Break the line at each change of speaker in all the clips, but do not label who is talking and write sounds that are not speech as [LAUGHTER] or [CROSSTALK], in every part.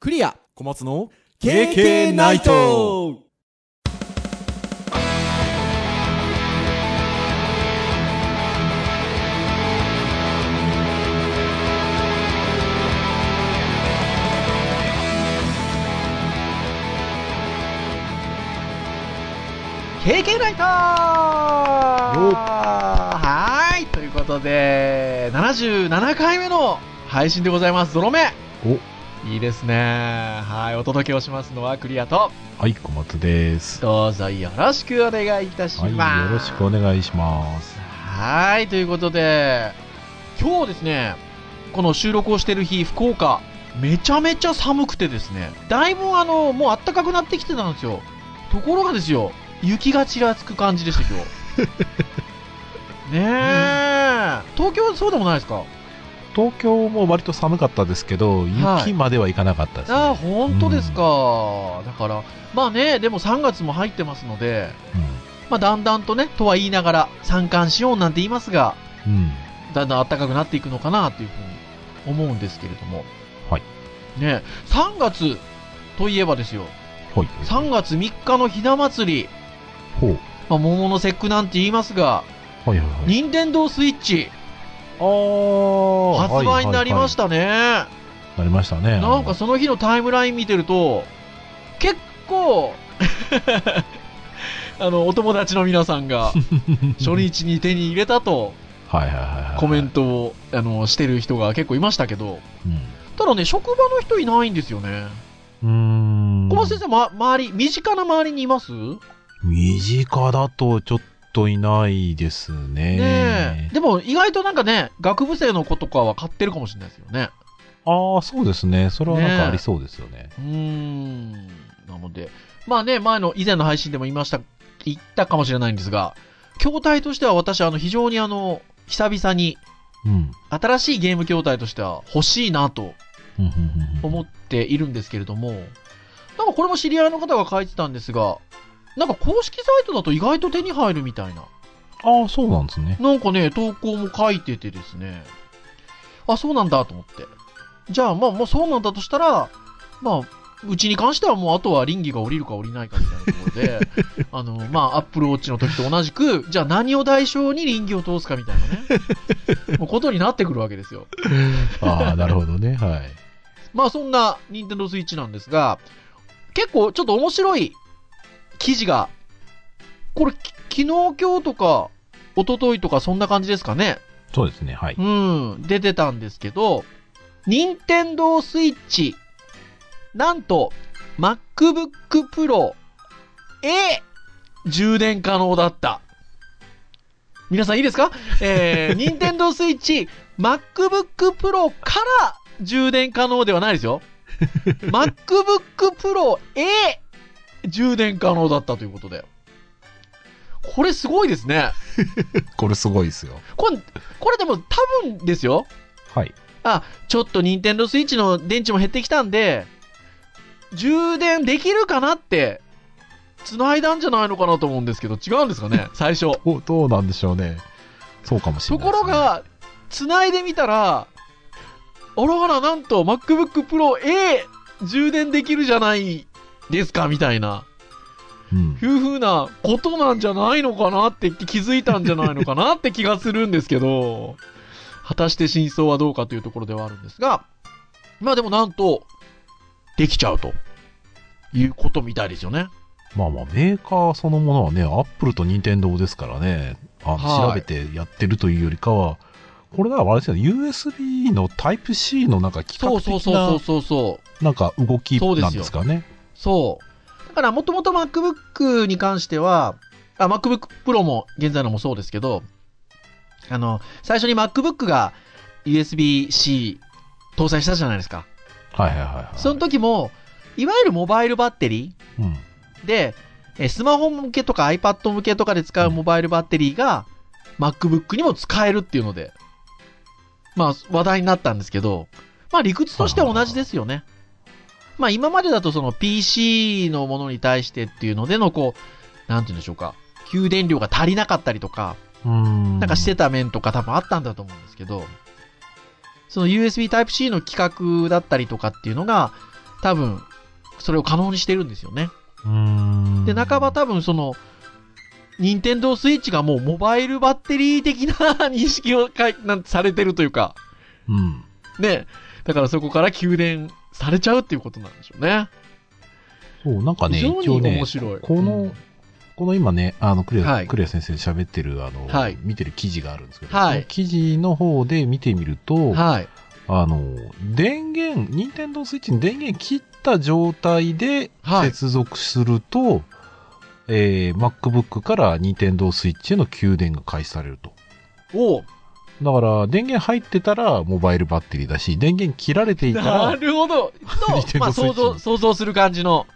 クリア
小松の
KK ナイト
経験ライトはーいということで、77回目の配信でございます。ゾロ目いいですね。はい、お届けをしますのはクリアと、
はい、小松です。
どうぞよろしくお願いいたし
はい、
ます。
よろしくお願いします。
はーい、ということで、今日ですね、この収録をしてる日、福岡、めちゃめちゃ寒くてですね、だいぶあの、もう暖かくなってきてたんですよ。ところがですよ、雪がちらつく感じでした、今日。ねえ、東京はそうでもないですか
東京も割と寒かったですけど、
はい
雪まではいかなかったです、ね
ああ、本当ですか。だから、まあね、でも3月も入ってますので、まあだんだんとね、とは言いながら、三寒四温なんて言いますが、
うん。うん。
だんだん暖かくなっていくのかなというふうに思うんですけれども、
はい
ね、3月といえばですよ
ほい。
3月3日のひな祭り、
ほう。
まあ、桃の節句なんて言いますが
はいはいはい。
任天堂スイッチ
あー
発売になりまし、たね、
はいはいはいなりましたね。
なんかその日のタイムライン見てると結構 [LAUGHS] あのお友達の皆さん
[LAUGHS]
が初日に手に入れたと
はいはいはいはい。
コメントをあのしてる人が結構いましたけどただね職場の人いないんですよね
うん。うーん。
小松先生、ま、周り、身近な周りにいますね
身近だとちょっといないです
え
ね。
でも意外となんかね、学部生の子とかは買ってるかもしれないですよね。
ああ、そうですね。それはなん
ねえ
かありそうですよね。
うーん。なので、まあね、前の、以前の配信でも言いました、言ったかもしれないんですが、筐体としては私、あの、非常にあの、久々に、
うん。
新しいゲーム筐体としては欲しいなと
うんうんうんうん
思っているんですけれども、なんかこれも知り合いの方が書いてたんですが、なんか公式サイトだと意外と手に入るみたいな。
ああ、そうなんですね。
なんかね、投稿も書いててですね、あ、そうなんだと思って。じゃあ、まあ、もうそうなんだとしたら、まあ、うちに関してはもうあとは倫理が降りるか降りないかみたいなところで、 [LAUGHS] あの、まあ、アップルウォッチの時と同じく、じゃあ何を代償に倫理を通すかみたいなね、もうことになってくるわけですよ。
ああ、なるほどね。はい。
まあ、そんな任天堂スイッチなんですが、結構ちょっと面白い記事が、これ、き昨日今日とか、一昨日とかそんな感じですかね。
そうですね。はい。
うん、出てたんですけど、任天堂スイッチ、なんと、MacBook Pro A、充電可能だった。皆さんいいですかえー、任天堂スイッチ、MacBook Pro から充電可能ではないですよ。MacBook Pro A、充電可能だったということで。これすごいですね。
これすごいですよ。
これ、これでも多分ですよ。
はい。
ちょっと任天堂スイッチの電池も減ってきたんで、充電できるかなって、繋いだんじゃないのかなと思うんですけど、違うんですかね、最初。
どうどうなんでしょうね。そうかもしれ
と
ないで
こ
すね、
ろが、繋いでみたら、あらあら、なんと MacBook Pro A 充電できるじゃないですか、みたいな、
うん
いうふうなことなんじゃないのかなって気づいたんじゃないのかなって気がするんですけど、果たして真相はどうかというところではあるんですが、まあでもなんと、できちゃうということみたいですよね。
まあまあ、メーカーそのものはね、アップルと任天堂ですからね、あの
は
調
い
べてやってるというよりかは、これだからあれですよね、USB の Type-C のなんか規
そう
格
そう
的
そう
な
そうそう。
なんか動き
そうです
な
よ
んですかね。
そう。だから、もともと MacBook に関しては、あ、MacBook Pro も、現在のもそうですけど、あの、最初に MacBook が USB-C 搭載したじゃないですか。
はいはいはい、はい。
その時も、いわゆるモバイルバッテリ
うん。
ーで、えスマホ向けとか iPad 向けとかで使うモバイルバッテリーが、MacBook にも使えるっていうので、まあ、話題になったんですけど、まあ、理屈としては同じですよね。まあ、今までだとその PC のものに対してっていうのでの、こう、なんて言うんでしょうか、給電量が足りなかったりとか、
うーん。
なんかしてた面とか多分あったんだと思うんですけど、その USB Type-C の規格だったりとかっていうのが、多分、それを可能にしてるんですよね。
うーん。
で、半ば多分その、任天堂スイッチがもうモバイルバッテリー的な認識をかいなんされてるというか、
うん。
ね。だからそこから給電されちゃうっていうことなんでしょうね。
そう、なんかね、
非常
一
に
応ね
面、白い。
この、
うん
この今ね、あの、クレア、
はい
クレア先生喋ってる、あの、
はい
見てる記事があるんですけど、
はい
その記事の方で見てみると、
はい。
あの、電源、任天堂スイッチに電源切った状態で
はい
接続すると、えー、MacBook から任天堂スイッチへの給電が開始されると。
おう
だから、電源入ってたらモバイルバッテリーだし、電源切られていた
な
ら、
る
[LAUGHS]
ほど。
任
と、
天
まあ
堂スイッチ
想像、想像する感じの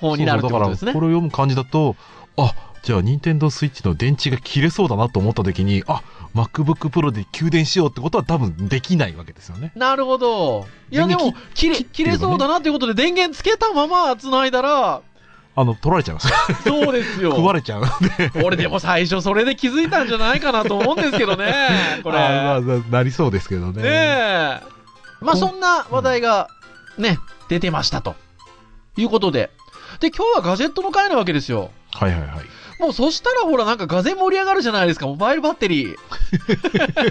方になるってことです
そうそうだからこ。
ね
れを読む感じだと、あ、じゃあ、任天堂スイッチの電池が切れそうだなと思った時に、あ、MacBook Pro で給電しようってことは多分できないわけですよね。
なるほど。いや、で
電
も
源、
切れ、
切って
切
れば
れ
ね
そうだなっていうことで電源つけたまま繋いだら、
あの、取られちゃいます。
そうですよ。
食われちゃう。
俺でも最初それで気づいたんじゃないかなと思うんですけどね。
[LAUGHS]
これ。
あ
ね
ーまあななりそうですけどね。
え。まあ
こ
そんな話題がね、出てましたと。いうことで。で、今日はガジェットの回なわけですよ。
はいはいはい。
もうそしたらほらなんかガゼ盛り上がるじゃないですか、モバイルバッテリー。
ね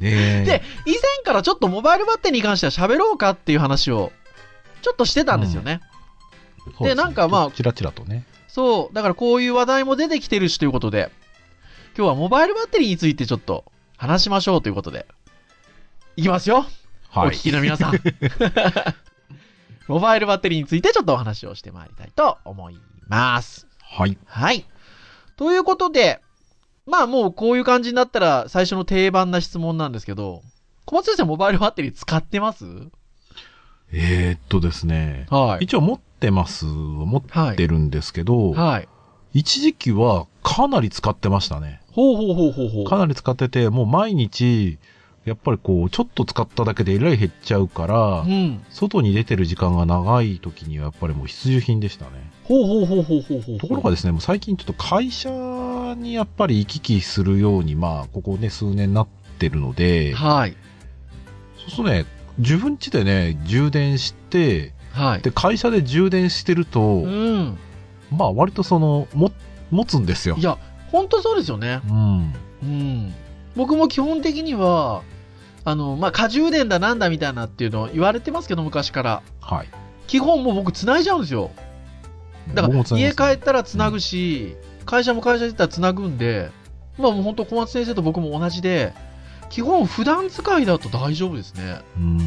え。
で、以前からちょっとモバイルバッテリーに関しては喋ろうかっていう話を、ちょっとしてたんですよね。
そうすね
なんかまあ
ちらちらとね。
そう、だからこういう話題も出てきてるしということで、今日はモバイルバッテリーについてちょっと話しましょうということで、いきますよ、お
はい。
聞きの皆
[LAUGHS]
さん。モバイルバッテリーについてちょっとお話をしてまいりたいと思います。
はい。
はい。ということで、まあもうこういう感じになったら最初の定番な質問なんですけど、小松先生モバイルバッテリー使ってます
えー、っとですね。
はい。
一応持ってます。持ってるんですけど、
はい。
一時期はかなり使ってましたね。
ほうほうほうほうほう。
かなり使ってて、もう毎日、やっぱりこう、ちょっと使っただけでえらい減っちゃうから、
うん。
外に出てる時間が長い時にはやっぱりもう必需品でしたね。
ほうほうほうほうほうほう。
ところがですね、もう最近ちょっと会社にやっぱり行き来するように、まあ、ここね、数年なってるので、
はい。
そうするとね、自分家でね、充電して、
はい。
で、会社で充電してると
う、ん。
まあ、割とその、も、持つんですよ
い。や、本当そうですよね。
うん。
うん。僕も基本的には、あの、まあ、過充電だなんだみたいなっていうのを言われてますけど、昔から。
はい。
基本もう僕繋いじゃうんですよ。だか
僕
ら
も繋ぎ
家
ます
帰ったら繋ぐし、会社も会社行ったら繋ぐんで、まあもう本当小松先生と僕も同じで、基本普段使いだと大丈夫です
[LAUGHS]
ね。
うん。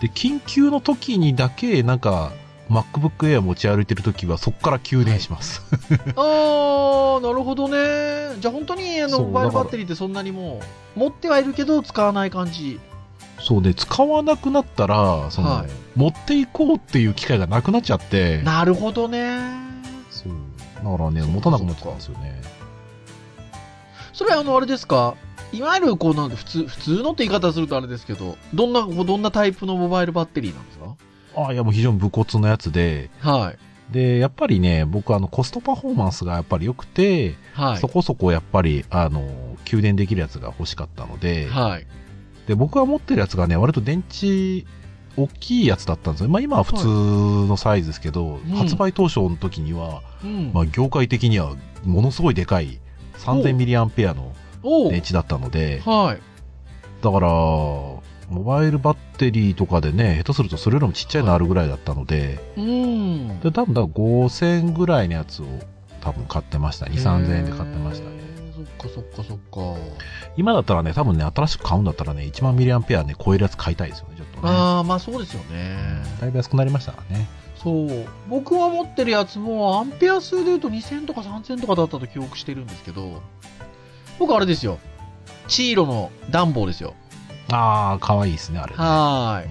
で、緊急の時にだけ、なんか、MacBook Air 持ち歩いてる時は、そこから給電します。
あー、なるほどね。じゃあ本当にあの、
そう
モバイル
だから
バッテリーってそんなにもう、持ってはいるけど使わない感じ。
そうね、使わなくなったら、その、
はい
持っていこうっていう機会がなくなっちゃって、
なるほどね。
そう。だからね、
そうか
持たなくなっちゃったんですよね。
それはあのあれですかいわゆるこうなんて普通普通のって言い方するとあれですけどどんなどんなタイプのモバイルバッテリーなんですか
あいや、もう非常に武骨なやつで、
はい
で、やっぱりね、僕、あの、コストパフォーマンスがやっぱり良くて、
はい
そこそこやっぱり、あの、給電できるやつが欲しかったので、
はい
で、僕が持ってるやつがね、割と電池、大きいやつだったんですよ。まあ今は普通のサイズですけど、
いうん
発売当初の時には、
うん、
まあ業界的にはものすごいでかい3000ミリアンペアの
おう
電池だったので、
はい
だから、モバイルバッテリーとかでね、下手するとそれよりもちっちゃいのあるぐらいだったので、
うん
で多分だから5000ぐらいのやつを多分買ってました。2、3000円で買ってました
へ
ね。
ーそっかそっかそっか、
今だったらね、多分ね、新しく買うんだったらね、1万ミリアンペアね、超えるやつ買いたいですよね、ちょっとね。
ああまあそうですよね
だいぶ安くなりましたからね。
そう僕は持ってるやつもアンペア数で言うと2000とか3000とかだったと記憶してるんですけど僕あれですよチーロの暖房ですよ
ああ、可愛いですね、あれ、ね。
は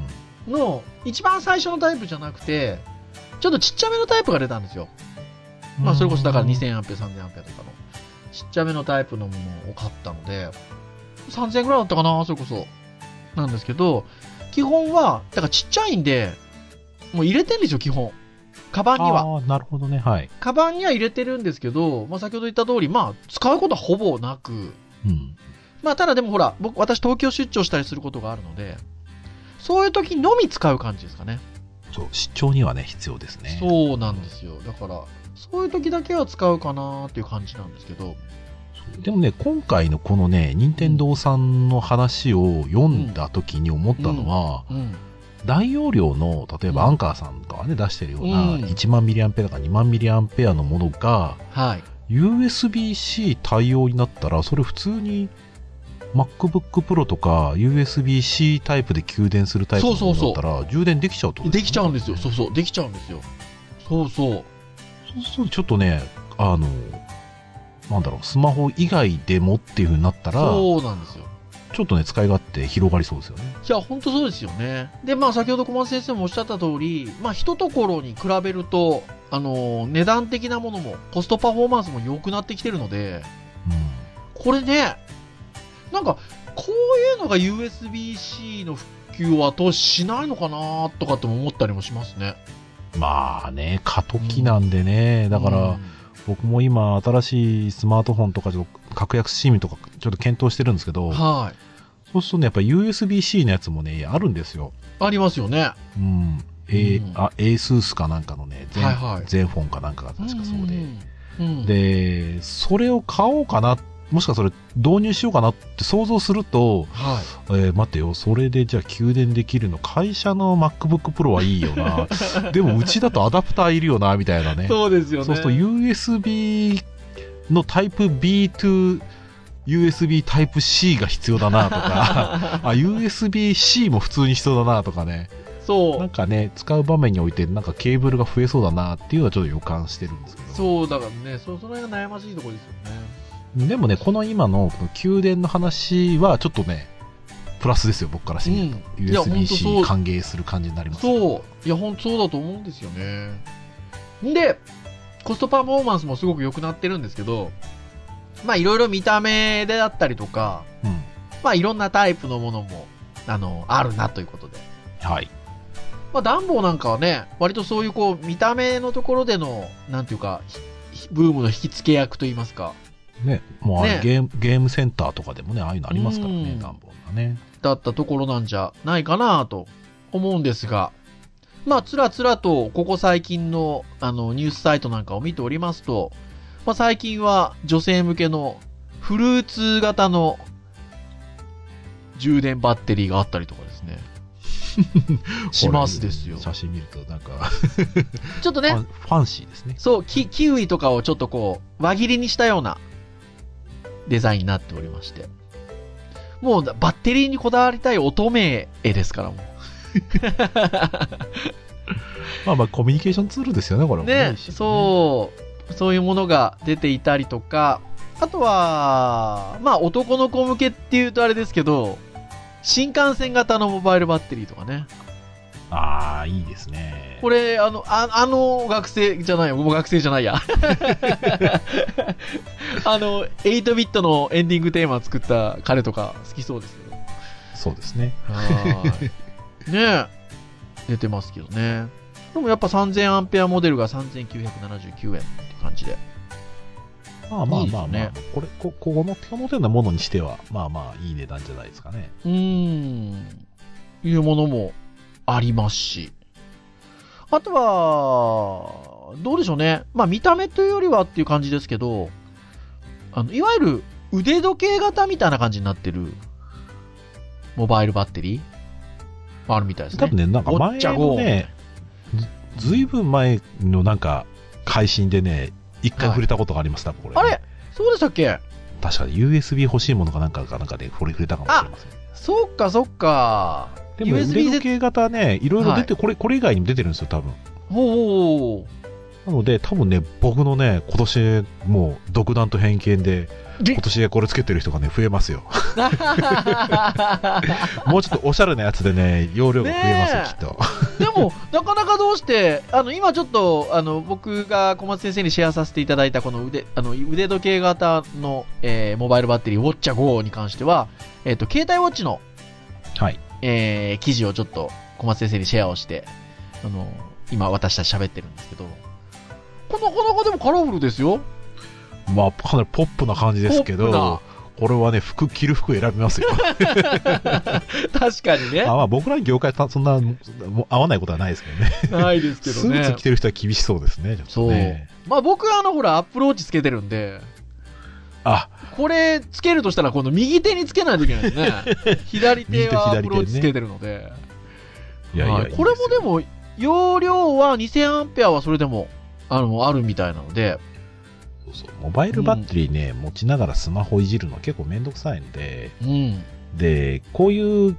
ーい、
うん
の一番最初のタイプじゃなくてちょっとちっちゃめのタイプが出たんですよ、まあ、それこそだから
円。
2000アンペア3000アンペアとかのちっちゃめのタイプのものを買ったので3000ぐらいだったかなそれこそなんですけど基本はだからちっちゃいんでもう入れてんですよ基本カバンには
ああ、なるほどね、はい。
カバンには入れてるんですけど、まあ、先ほど言った通りまあ使うことはほぼなく
うん。
まあ、ただでもほら、僕、私東京出張したりすることがあるので、そういう時のみ使う感じですかね。
そう出張にはね必要ですね
そうなんですよ。だから、そういう時だけは使うかなっていう感じなんですけど。
でもね今回のこのね任天堂さんの話を読んだ時に思ったのは、
うん。
大容量の例えば
うん
アンカーさんとかね出してるような
うん
1万ミリアンペアとか2万ミリアンペアのものが
はい。
USB-C 対応になったらそれ普通に MacBook Pro とか USB-C タイプで給電するタイプのも
そうそ
の
うそ
だっ
う
たら充電できちゃうってこと
できちゃうんですよ。
そ
そうそう。できちゃうんですよ。そうそう。
うするとちょっとねあのなんだろうスマホ以外でもっていうふうになったらち
そうなんですよ。
ょっとね使い勝手広がりそうですよね
いや、本当そうですよね。で、まあ、先ほど小松先生もおっしゃった通り、まあ、一ところに比べると、あのー値段的なものも、コストパフォーマンスも良くなってきてるので、
うん
これね、なんか、こういうのが USB-C の普及は後押ししないのかなとかっても思ったりもしますね。
まあね過渡期なんでねだから、
うん
僕も今新しいスマートフォンとかちょっと格安シムとかちょっと検討してるんですけど
はい。
そうするとねやっぱ USB-C のやつもねあるんですよ
ありますよね。
うん、え
うん
あ ASUS かなんかのね全,、
はいはい
全フォンかなんかが確かそうで、
うん。うん、
でそれを買おうかなもしかそれ導入しようかなって想像すると、
はい。
えー待てよそれでじゃあ給電できるの会社の MacBookPro はいいよな [LAUGHS] でもうちだとアダプターいるよなみたいなね
そうですよね。
そうすると USB のタイプ B to USB タイプ C が必要だなと
[LAUGHS]
かあ USB-C も普通に必要だなとかね
そう
なんかね使う場面においてなんかケーブルが増えそうだなっていうのはちょっと予感してるんですけど
そうだからね、そその辺が悩ましいところですよね。
でもねこの今のこの給電の話はちょっとねプラスですよ僕からしてみると、
うんいやほんとそう
USB-C 歓迎する感じになりますう
そう、いや、本当そうだと思うんですよね。で、コストパフォーマンスもすごく良くなってるんですけど、まあ、いろいろ見た目でだったりとか、
ん
まあ、いろんなタイプのものも、あの、あるなということで。
はい
まあ、暖房なんかはね、割とそういうこう、見た目のところでの、なんていうか、ひブームの引き付け役といいますか、
ねもうあれ
ね
ゲームゲームセンターとかでもねああいうのありますからね
うん
暖房がね
だったところなんじゃないかなと思うんですが、まあ、つらつらと、ここ最近の、あの、ニュースサイトなんかを見ておりますと、まあ、最近は女性向けのフルーツ型の充電バッテリーがあったりとかですね。しますですよ。
写真見るとなんか
ちょっと
ファ
ね
ン、ファンシーですね。
そうキ、キウイとかをちょっとこう、輪切りにしたようなデザインになっておりまして。もうバッテリーにこだわりたい乙女絵ですから、もう。
まあまあコミュニケーションツールですよね、これも
ね、
う。
そう、そういうものが出ていたりとか、あとは、まあ男の子向けっていうとあれですけど、新幹線型のモバイルバッテリーとかね。
ああ、いいですね。
これ、あの、ああの学生じゃないよ、もう学生じゃない [LAUGHS] や。あの、8ビットのエンディングテーマ作った彼とか好きそうですよ。
そうですね。
はいねえ出てますけどねでもやっぱ3000アンペアモデルが3979円って感じで
まあまあまあまあ、
いいです
これ、こ、この手の手のものにしては、まあまあいい値段じゃないですかね。
うーんいうものもありますしあとはどうでしょうねまあ見た目というよりはっていう感じですけどあのいわゆる腕時計型みたいな感じになってるモバイルバッテリーあるみたいですね
多分ね、なんか
ご
前
っちゃ
の
ご
ね、ずずいぶん前のなんか、配信でね、一回触れたことがあります、多分こ
あ
れね、
れそうでしたっけ
確か USB 欲しいものかなんかかなんかで、これ触れたかもしれません。
そっかそっか。
でも、
USB
腕時計型ね、いろいろ出て、
は
これ、これ以外にも出てるんですよ、多分。[LAUGHS]
ほう。
なので、多分ね、僕のね、今年、もう、独断と偏見で、
で
今年でこれつけてる人がね、増えます
[LAUGHS]
よ。もうちょっとおしゃれなやつでね、容量が増えますよ、
ねえ
きっ
[LAUGHS]
と。
でも、なかなかどうして、あの、今ちょっと、あの、僕が小松先生にシェアさせていただいた、この腕、あの、腕時計型の、えーモバイルバッテリー、ウォッチャ5に関しては、えっ、と、携帯ウォッチの、
はい。
えー記事をちょっと、小松先生にシェアをして、あの、今、私たち喋ってるんですけど、このなかなかでもカラフルですよ。
まあ、かなりポップな感じですけ
ポップな
ど、俺はね、服、着る服選びますよ。
[LAUGHS] 確かにね
あ。まあ僕らの業界た、そんな、もう合わないことはないですけどね。
ないですけ
ス
ど
ー
ね
ツ着。てる人は厳しそうですね、ちょっ
そ
と
う
ね。。
まあ僕はあの、ほら、アップローチつけてるんで、
あ、
これつけるとしたら、今度右手につけないといけないで
[LAUGHS]
すね。左手はアップローチつけてるので。
いやいや、
はいこれもで
も、
も、容量は2000アンペアはそれでも、あの、あるみたいなので、
そうモバイルバッテリーね、持ちながらスマホいじるの結構めんどくさいんで、
うん。
で、こういう、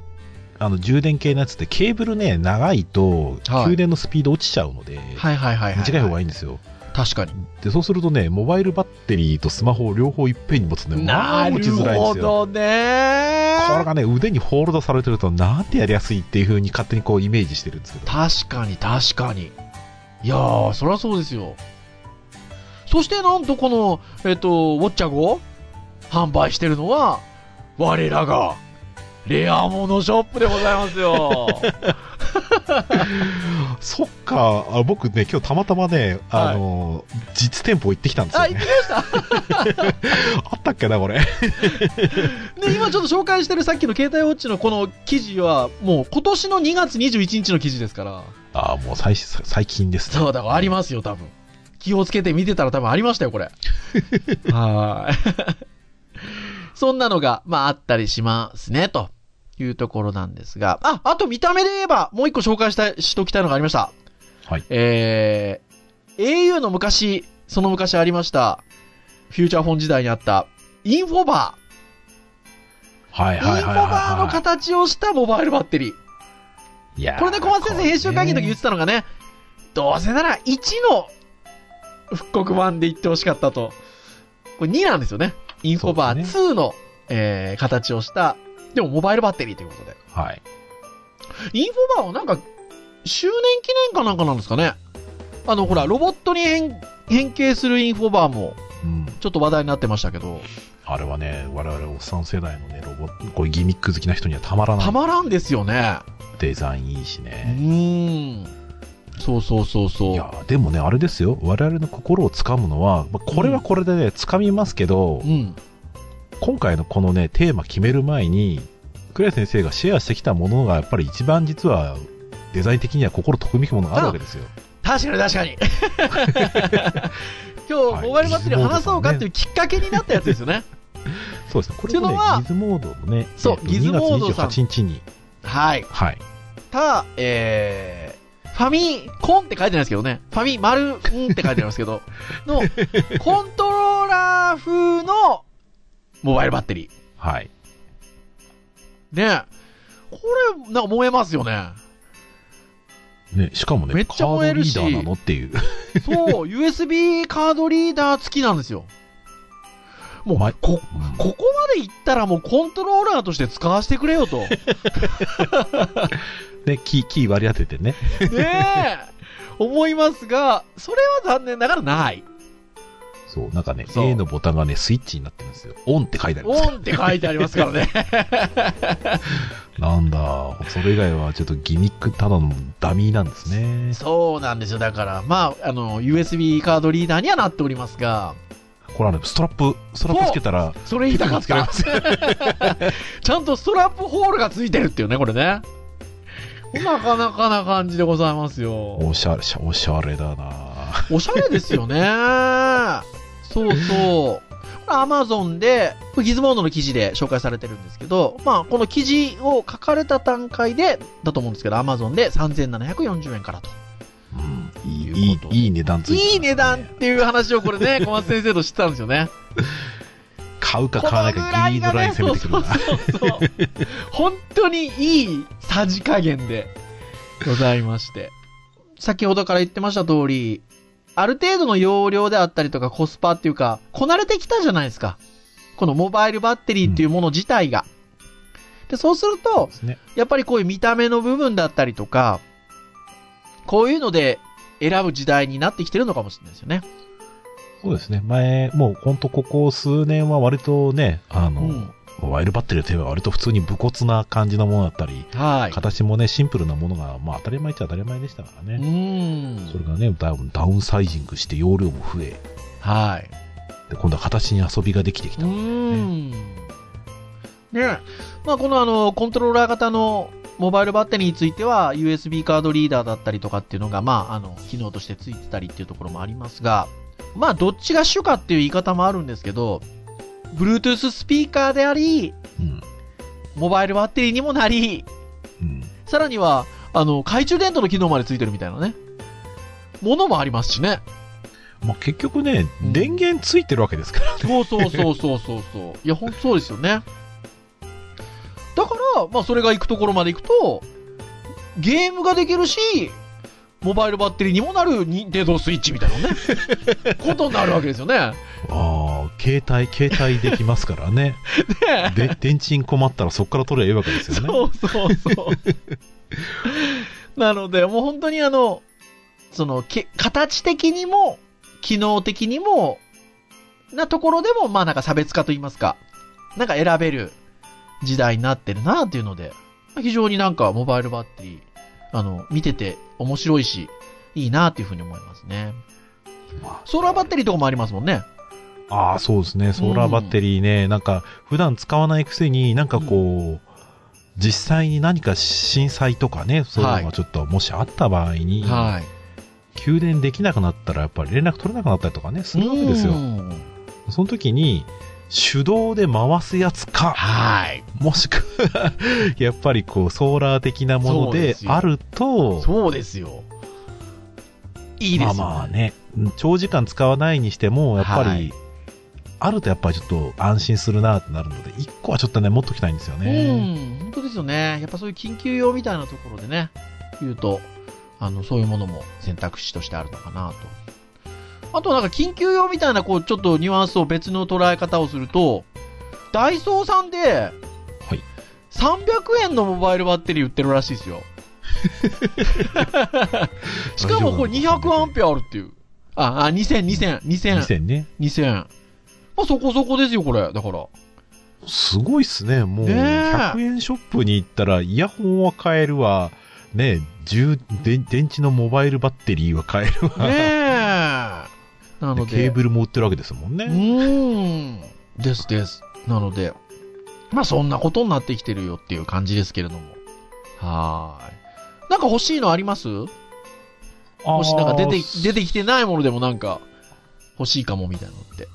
あの、充電系のやつってケーブルね、長いと、
はい
給電のスピード落ちちゃうので、
はいはいはいはい。
短い方がいいんですよ。
確かに。
で、そうするとね、モバイルバッテリーとスマホを両方いっぺんに持つのよ。ま
な
あ持ち
る
づらいんで
ほ
すよ。
どね
これがね、腕にホールドされてると、なんてやりやすいっていう風に勝手にこうイメージしてるんですけど。
確かに確かにいやーそりゃそうですよそしてなんとこのえっとウォッチャゴを販売してるのは我らがレアモノショップでございますよ
そっか、あ僕ね、今日たまたまね、あの、実店舗行ってきたんですよ
あ行って
ね。
きました
あったっけな、これ。
で今ちょっと紹介してるさっきの携帯ウォッチのこの記事はもう今年の2月21日の記事ですから
ああ、もう最最最近ですね。
そうだからありますよ多分気をつけて見てたら多分ありました
[LAUGHS]
よこれはーい [LAUGHS] そんなのがまああったりしますねというところなんですがああと見た目で言えばもう一個紹介したいしときたいのがありました
はい
えー、au の昔その昔ありましたフューチャーフォン時代にあったインフォバー
はい
イン
はいはい
フ
は
ォ
い
バーの
は
形をしたモバイルバッテリー
い。いやー
これね、小松先生編集会議の時言ってたのがね、どうせなら1の復刻版で言ってほしかったと。これ2なんですよね。インフォバー2の、えー形をした、でもモバイルバッテリーということで。
はい。
インフォバーはなんか、周年記念かなんかなんですかね。あの、ほら、ロボットに変、変形するインフォバーも、
うん。
ちょっと話題になってましたけど、
あれはね、我々おっさん世代のね、ロボット、こういうギミック好きな人にはたまらない。
たまらんですよね。
デザインいいし
う
ね。
ーん。そうそうそうそう。
いやー、でもね、あれですよ。我々の心を掴むのは、まあこれはこれでね、掴みますけど、
うん。
今回のこのね、テーマ決める前に、クレア先生がシェアしてきたものが、やっぱり一番実は、デザイン的には心とくみくものがあるわけですよ。
確かに確かに今
は
日
い
モバイルバッテリーを話そうかっていうきっかけになったやつですよね
そうですね。これも
っ
ね
ていうのは、
ギズモードのね、
そう
えっと
ギズモード
2
さん
月28日に、
はい
はい。
たえー、ファミコンって書いてないですけどねファミ丸んって書いてありますけどのコントローラー風のモバイルバッテリ
はい。
ーねこれなんか燃えますよね
ね、しかもね、
めっちゃ燃えるし
カードリーダーなのっていう。
そう USB カードリーダー付きなんですよも
ま
うこここまでいったらもうコントローラーとして使わせてくれよと
[LAUGHS] ね、キー、キー割り当ててね。
ねえ思いますが、それは残念ながらない。
そう、なんかね、
そう
A のボタンがね、スイッチになってるんですよ。オンって書いてありま
オ
すか
ンって書いてありますからね。
ら。なんだ、それ以外はちょっとギミックただのダミーなんですね。
[LAUGHS] そうなんですよ。だから、まあ、あの、USB カードリーダーにはなっておりますが、
これはね、ストラップ、ストラップつけたら、
それ言いたかった。 [LAUGHS] ちゃんとストラップホールがついてるっていうね、これ [LAUGHS] ね。なかなかな感じでございますよ。
おしゃれ、おしゃれだな
おしゃれですよね。 [LAUGHS] そうそう。これ Amazon で、これギズモードの記事で紹介されてるんですけど、まあ、この記事を書かれた段階で、だと思うんですけど、Amazon で3740円からと。
うん、い
い
い、
う
い
こと
い、いい値段ついてる、
いい値段っていう話をこれね、小松先生と知ってたんですよね。
買うか買わないかギリギリのライン攻めてくるな。
そうそうそう。本当にいいさじ加減でございまして。先ほどから言ってました通り、ある程度の容量であったりとかコスパっていうか、こなれてきたじゃないですか。このモバイルバッテリーっていうもの自体が。で、そうすると、
ですね。
やっぱりこういう見た目の部分だったりとか、こういうので選ぶ時代になってきてるのかもしれないですよね。
そうですね。前、もうほんとここ数年は割とね、あの、
うん。
モバイルバッテリーといえば割と普通に武骨な感じのものだったり、
はい。
形もね、シンプルなものが、まあ当たり前っちゃ当たり前でしたから
う
ね。
ん
そ。れがね、ダウン、ダウンサイジングして容量も増え、
はい。
って今度は形に遊びができてき
う
た、
ーん。ねまあ、このあの、コントローラー型のモバイルバッテリーについては、USB カードリーダーだったりとかっていうのが、まあ、あの、機能としてついてたりっていうところもありますが、まあ、どっちが主かっていう言い方もあるんですけど、Bluetooth スピーカーであり、
うん
モバイルバッテリーにもなり、
うん、
さらには、あの、懐中電灯の機能までついてるみたいなね。ものもありますしね。
まあ、結局ね
うん
電源ついてるわけですからね、
そうそうそうそうそうそう。いや、ほんとそうですよね。だから、まあ、それが行くところまで行くと、ゲームができるし、モバイルバッテリーにもなる任天堂スイッチみたいなね、ことになるわけですよね。
ああ携帯携帯できますからね
[LAUGHS] ね
で電池に困ったらそこから取ればいいわけですよね
[LAUGHS] そうそうそう。なので、もう本当にあの、その、け形的にも、機能的にも、なところでも、まあなんか差別化と言いますか、なんか選べる時代になってるなっていうので、非常になんかモバイルバッテリー、あの、見てて面白いし、いいなっていうふうに思いますね。
まあ
ソーラーバッテリーとかもありますもんね。
ああそうですねソーラーバッテリーね、なんか普段使わないくせになんかこう、実際に何か震災とかねそういうのがちょっともしあった場合に、
い。
給電できなくなったらやっぱり連絡取れなくなったりとかねするわけですよ
うん
その時に手動で回すやつか
はい。
もしくはやっぱりこうソーラー的なも
そ
の
うで
です
よ
あると
そうですよ。いいです
ま
よ
あまあねうん長時間使わないにしてもやっぱり、
はい
あるとやっぱりちょっと安心するなってなるので1個はちょっとね持っときたいんですよね、
うん、本当ですよね。やっぱそういう緊急用みたいなところでね、言うと、あの、そういうものも選択肢としてあるのかなと。あとなんか緊急用みたいな、こう、ちょっとニュアンスを別の捉え方をすると、ダイソーさんで、
はい
300円のモバイルバッテリー売ってるらしいです [LAUGHS] よ。しかもこれ200アンペアあるっていう。あ、あ、2000、2000、2000、
2000ね
2000。まあそこそこですよ、これ。だから。
すごいっすねもう
ねえ
100円ショップに行ったらイヤホンは買えるわね充電電池のモバイルバッテリーは買えるわ、
ねえ。なので。
ケーブルも売ってるわけですもんね、
うーん。ですです。なので、まあそんなことになってきてるよっていう感じですけれども。はーい。なんか欲しいのありますも
あー
しなんか出て、出てきてないものでもなんか欲しいかもみたいなのって。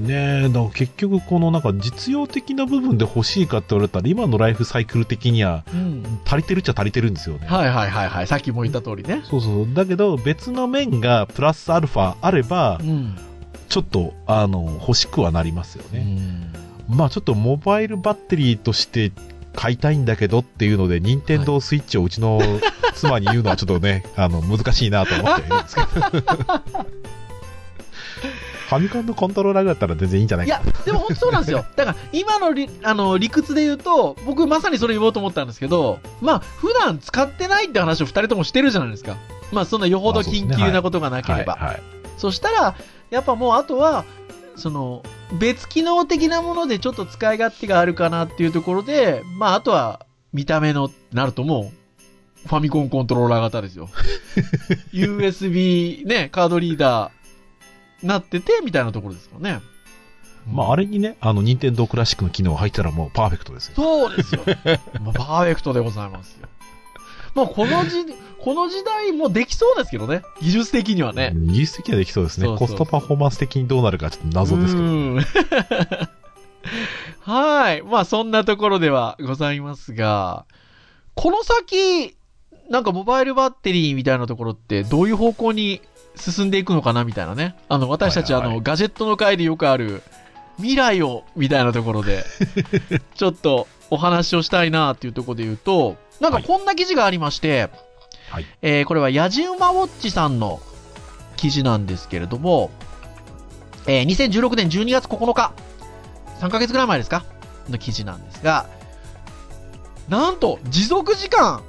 ねえだから結局このなんか実用的な部分で欲しいかって言われたら今のライフサイクル的には
うん。
足りてるっちゃ足りてるんですよね、
はいはいはいはい。さっきも言った通りね。
そうそうだけど別の面がプラスアルファあれば
うん。
ちょっとあの欲しくはなりますよ
う
ね、
ん。
まあちょっとモバイルバッテリーとして買いたいんだけどっていうので任天堂スイッチをうちの妻に言うのはちょっと
[LAUGHS]
ねあの難しいなと思っているんですけどファミコンのコントローラーだったら全然いいんじゃない
い
か
や、でも本当そうなんで
[LAUGHS]
すよ。だから今のりあの理屈で言うと、僕まさにそれ言おうと思ったんですけど、まあ普段使ってないって話を二人ともしてるじゃないですか。まあそんなよほど
あそうです
緊
ね
急なことがなけ
は
れ
い
ば。
はい、
そしたら、やっぱもうあとは、その、別機能的なものでちょっと使い勝手があるかなっていうところで、まああとは見た目の、なるともう、ファミコンコントローラー
[LAUGHS]
型ですよ。USB ね、カードリーダーなってて、みたいなところですよね。
まあ、あれにね、あの、任天堂クラシックの機能入ったらもうパーフェクトですよ。
そうですよ。
[LAUGHS]
まあ、パーフェクトでございますよ。まあこの時、この時代もできそうですけどね。技術的にはね。
技術的にはできそうですね
そうそうそう
コストパフォーマンス的にどうなるかちょっと謎ですけど。
うん [LAUGHS] はい。まあ、そんなところではございますが、この先、なんかモバイルバッテリーみたいなところってどういう方向に進んでいくのかなみたいなね。あの、私たち、
はいはいはい
あの、ガジェットの回でよくある、未来をみたいなところ
[LAUGHS]
で、ちょっとお話をしたいなっていうところで言うと、なんかこんな記事がありまして、
はい
えーこれはヤジウマウォッチさんの記事なんですけれども、えー2016年12月9日、3ヶ月ぐらい前ですかの記事なんですが、なんと、持続時間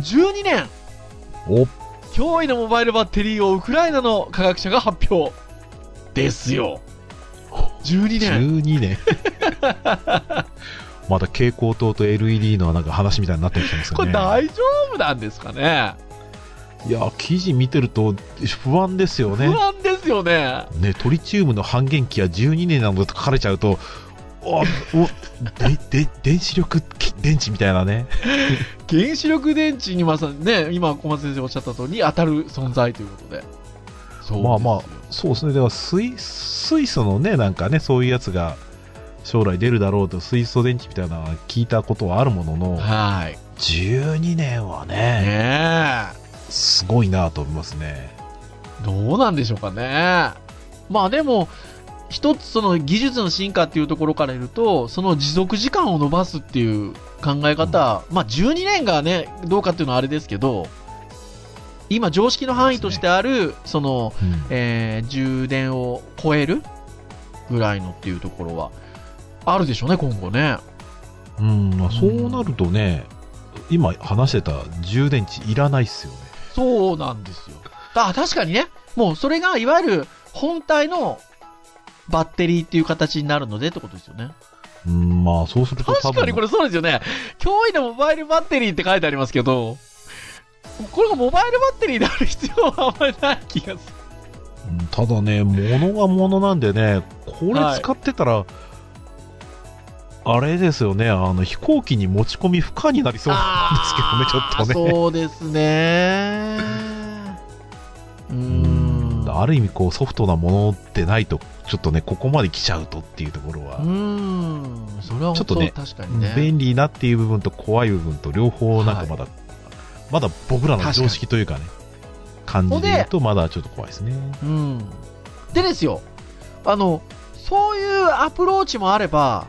12年、
お
驚異のモバイルバッテリーをウクライナの科学者が発表。ですよ。12年。
12年。 [LAUGHS] また蛍光灯と LED のなんか話みたいになってきてます
こ
よ
れ
ね。
大丈夫なんですかね
いや、記事見てると不安ですよ
不
ね。
安でですよね。
ね、トリチウムの半減期や12年などと書かれちゃうと、おおでで電子力き電池みたいなね、
原子力電池にまさにね、今小松先生おっしゃった通りに当たる存在ということで。そうです
まあまあ、そうですね、では水水素のね、なんかね、そういうやつが将来出るだろうと、水素電池みたいなのは聞いたことはあるものの、
はい。
12年はね、
ねえ。
すごいなと思いますね。
どうなんでしょうかね。まあでも、一つその技術の進化っていうところから言うと、その持続時間を伸ばすっていう考え方、まあ12年がね、どうかっていうのはあれですけど、今常識の範囲としてある、その、
うん
えー充電を超えるぐらいのっていうところは、あるでしょうね、今後ね。
うんまあ、そうなるとね、今話してた充電池いらないっすよね。
そうなんですよ。あ、確かにね。もうそれが、いわゆる本体のバッテリーっていう形になるのでってことですよね。
うん、まあそうすると多
確
分
かにこれそうですよね。脅威のモバイルバッテリーって書いてありますけど、これがモバイルバッテリーである必要はあんまりない気がする。
うんただね、物が物なんでね、これ
はい
使ってたら、あれですよね、あの飛行機に持ち込み不可になりそうなんですけどね、ちょっとね。
ね。そうで
[LAUGHS]
すね。うーん。
ある意味こうソフトなものでないとちょっとねここまで来ちゃうとっていうところは
う、ーん。それは
ちょ
本
っと
当、
ね
確かにね。
便利なっていう部分と怖い部分と両方なんかまだ、まだ僕らの常識というかね感じで言うとまだちょっと怖いですね
うん、でですよあのそういうアプローチもあれば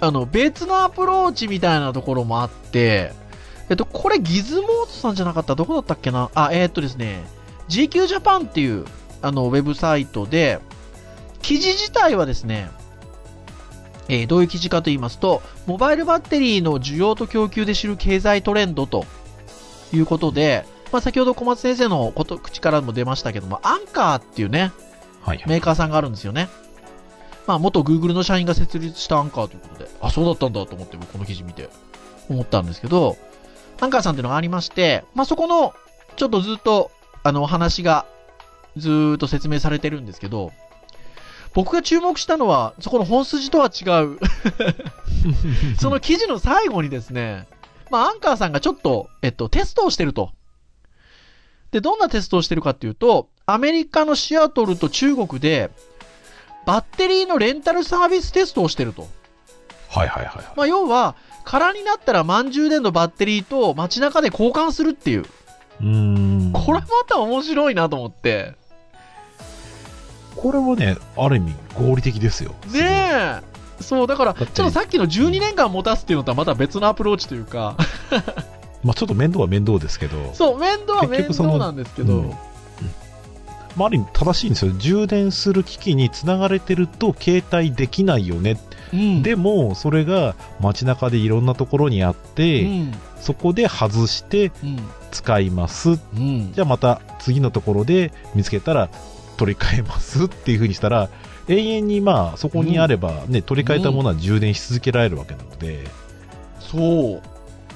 あの別のアプローチみたいなところもあって、えっと、これギズモートさんじゃなかったどこだったっけなあえーっとですね GQ ジャパンっていうあのウェブサイトで記事自体はですね、えーどういう記事かと言いますとモバイルバッテリーの需要と供給で知る経済トレンドということで、まあ、先ほど小松先生のこと口からも出ましたけども、アンカーっていうね、
はいはい
メーカーさんがあるんですよね。まあ、元 Google の社員が設立したアンカーということで、あ、そうだったんだと思って、僕この記事見て、思ったんですけど、アンカーさんっていうのがありまして、まあ、そこの、ちょっとずっと、あの、お話が、ずーっと説明されてるんですけど、僕が注目したのは、そこの本筋とは違う、その記事の最後にですね、まあ、アンカーさんがちょっと、えっと、テストをしてると。で、どんなテストをしてるかっていうと、アメリカのシアトルと中国で、バッテリーのレンタルサービステストをしてると。
はいはいはい
まあ、要は、空になったら満充電のバッテリーと街中で交換するっていう。
うーん
これまた面白いなと思って。
これはねある意味合理的ですよ
ねえ。そう、だから、
だって
ちょっとさっきの12年間持たすっていうのとはまた別のアプローチというか、
まあ、ちょっと面倒は面倒ですけど、
そう、面倒は面
結局その
倒なんですけ
うん
ど、
まあ、ある意味正しいんですよ、充電する機器につながれてると携帯できないよね、
うん
でもそれが街中でいろんなところにあっ
う
て、
ん、
そこで外して
うん、
使います、
うん
じ。ゃあまた次のところで見つけたら取り替えますっていうふうにしたら、永遠にまあそこにあれば、ね取り替えたものは充電し続けられるわけなので、
そう。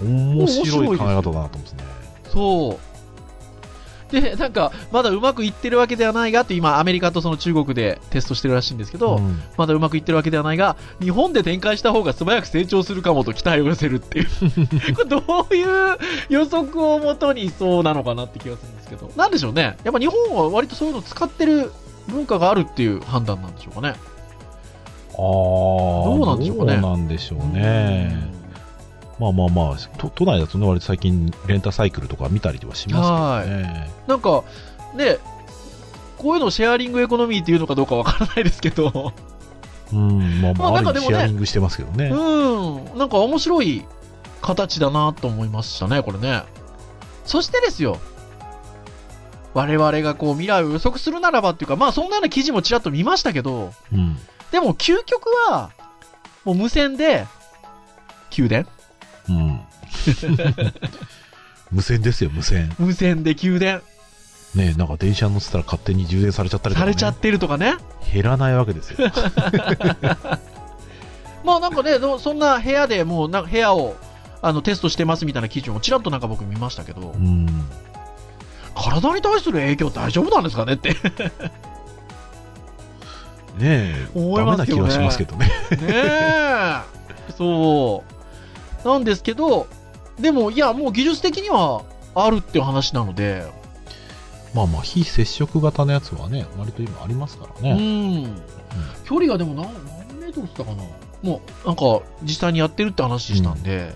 面白い考え
面白いです
方だなと思うんですね。
そう。で、なんか、まだうまくいってるわけではないがって、今、アメリカとその中国でテストしてるらしいんですけど、
うん
まだうまくいってるわけではないが、日本で展開した方が素早く成長するかもと期待を寄せるっ
[LAUGHS]
ていう。これどういう予測をもとにそうなのかなって気がするんですけど。なんでしょうね。やっぱ日本は割とそういうのを使ってる文化があるっていう判断なんでしょうかね。
あど
どうなんでしょうかね
どうなんでしょうね。まあまあまあ、都都内だとね、割と最近レンタサイクルとか見たりはしますけどね。
なんか、ね、こういうのをシェアリングエコノミーっていうのかどうかわからないですけど。
うん、まあま
ま
あ、
あなん
あ
か
る意味
でも
シ
ね
ェアリングしてますけどね。
うん、なんか面白い形だなと思いましたね、これね。そしてですよ、我々がこう未来を予測するならばっていうか、まあそんなような記事もちらっと見ましたけど、
うん。
でも究極は、もう無線で、給電
[LAUGHS] うん。無線ですよ、無線。
無線で給電
ねなんか電車に乗ってたら勝手に充電されちゃったりと
さ
か、ね。
れちゃってるとかね。
減らないわけですよ。
[LAUGHS] まあなんかね、どうそんな部屋でもうな部屋をあのテストしてますみたいな記事もちらっとなんか僕見ましたけど
う、ん。
体に対する影響大丈夫なんですかねって。
ねえ、
思い
[LAUGHS] ダメ
ま
な
す
気
よね
はしますけどね。
ねえ。そう。なんですけど、でも、いや、もう技術的にはあるっていう話なので、
まあまあ、非接触型のやつはね、割と今ありますから
う
ね。
ん。距離がでも何何メートルって言ったかなもう、なんか、実際にやってるって話したんで、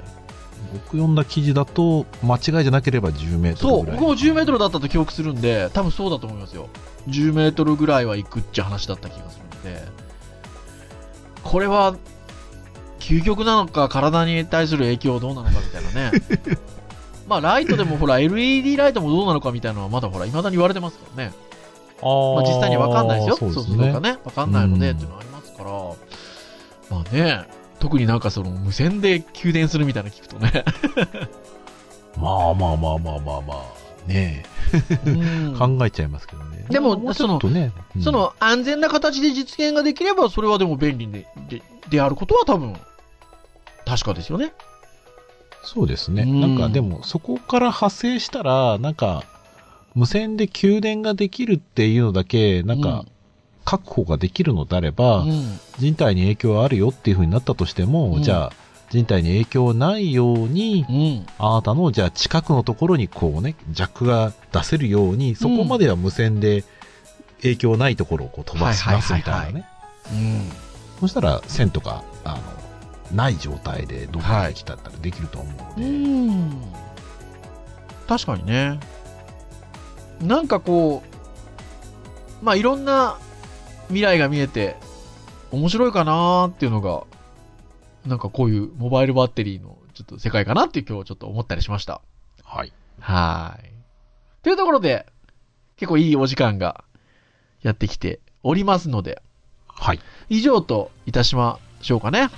僕読んだ記事だと、間違いじゃなければ10メート
そう、
ルぐらい。
僕も10メートルだったと記憶するんで、多分そうだと思いますよ。10メートルぐらいは行くって話だった気がするので、これは、究極なのか、体に対する影響どうなのかみたいなね。
[LAUGHS]
まあ、ライトでもほら、LED ライトもどうなのかみたいなのは、まだほら、未だに言われてますからね。まあ、実際にわかんないですよ。そう
そうです
そうなんか
ね。
ね。わかんないので、
うん
っていうのはありますから。まあね、特になんかその、無線で給電するみたいなの聞くとね。
まあまあまあまあまあまあ。ね
うん [LAUGHS]
え、考えちゃいますけどね。
でも
まあうちょっとね、うん
そ、の安全な形で実現ができれば、それはでも便利ででであることは多分、確かですよね。
そうですね。
うん
なんかでも、そこから派生したら、なんか、無線で給電ができるっていうのだけ、なんか、確保ができるのであれば、
うん、うん
人体に影響はあるよっていうふうになったとしても、
うん
じゃあ人体に影響ないように、
うん
あなたのじゃあ近くのところにこうねジャックが出せるようにそこまでは無線で影響ないところをこう飛ばしますみたいな
はいはい
ねそしたら線とかあのない状態でどこかできたったらできると思う
うん
で、
ん確かにね。なんかこう、まあいろんな未来が見えて、面白いかなーっていうのが、なんかこういうモバイルバッテリーのちょっと世界かなっていう今日ちょっと思ったりしました。
はい
はーい。というところで、結構いいお時間がやってきておりますので、
はい
以上といたしましょうかね。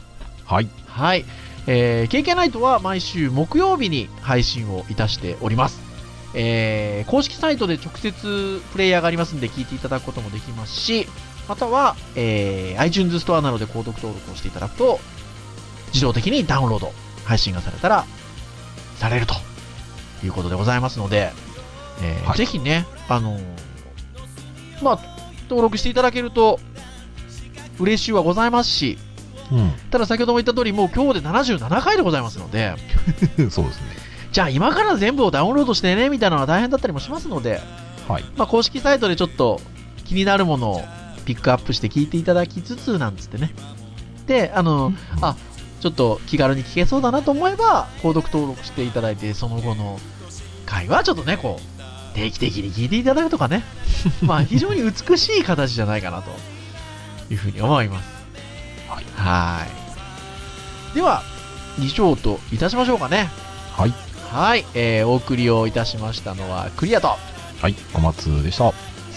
はい
はい。えー、KK ナイトは毎週木曜日に配信をいたしております。えー、公式サイトで直接プレイヤーがありますんで聞いていただくこともできますし、または、えー、iTunes ストアなどで購読登録をしていただくと、自動的にダウンロード、配信がされたら、されるということでございますので、えー
はい
ぜひね、あのーまあ、登録していただけると、嬉しいはございますし、
う
ただ先ほども言った通り、もう今日で77回でございますので、
ん [LAUGHS] そうですね
じゃあ今から全部をダウンロードしてね、みたいなのは大変だったりもしますので、
はい
まあ公式サイトでちょっと気になるものをピックアップして聞いていただきつつ、なんつってね。で、あの、あちょっと気軽に聞けそうだなと思えば、購読登録していただいて、その後の回はちょっとね、こう、定期的に聞いていただくとか
[LAUGHS]
ね。まあ非常に美しい形じゃないかなというふうに思います。
はい
はい。では、以上といたしましょうかね。
はい
はい、えーお送りをいたしましたのはクリアと。
はい小松でした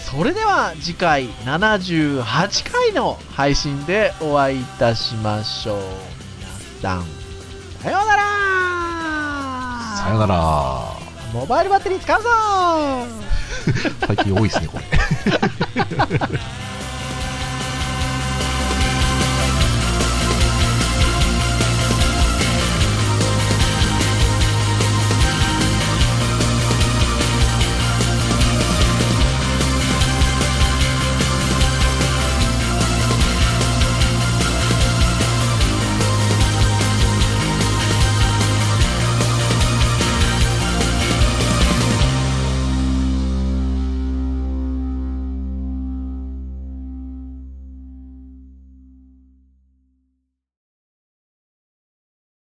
それでは次回78回の配信でお会いいたしましょう。皆さん、さようなら
さよなら
モバイルバッテリー使うぞ
最近多いですねこれ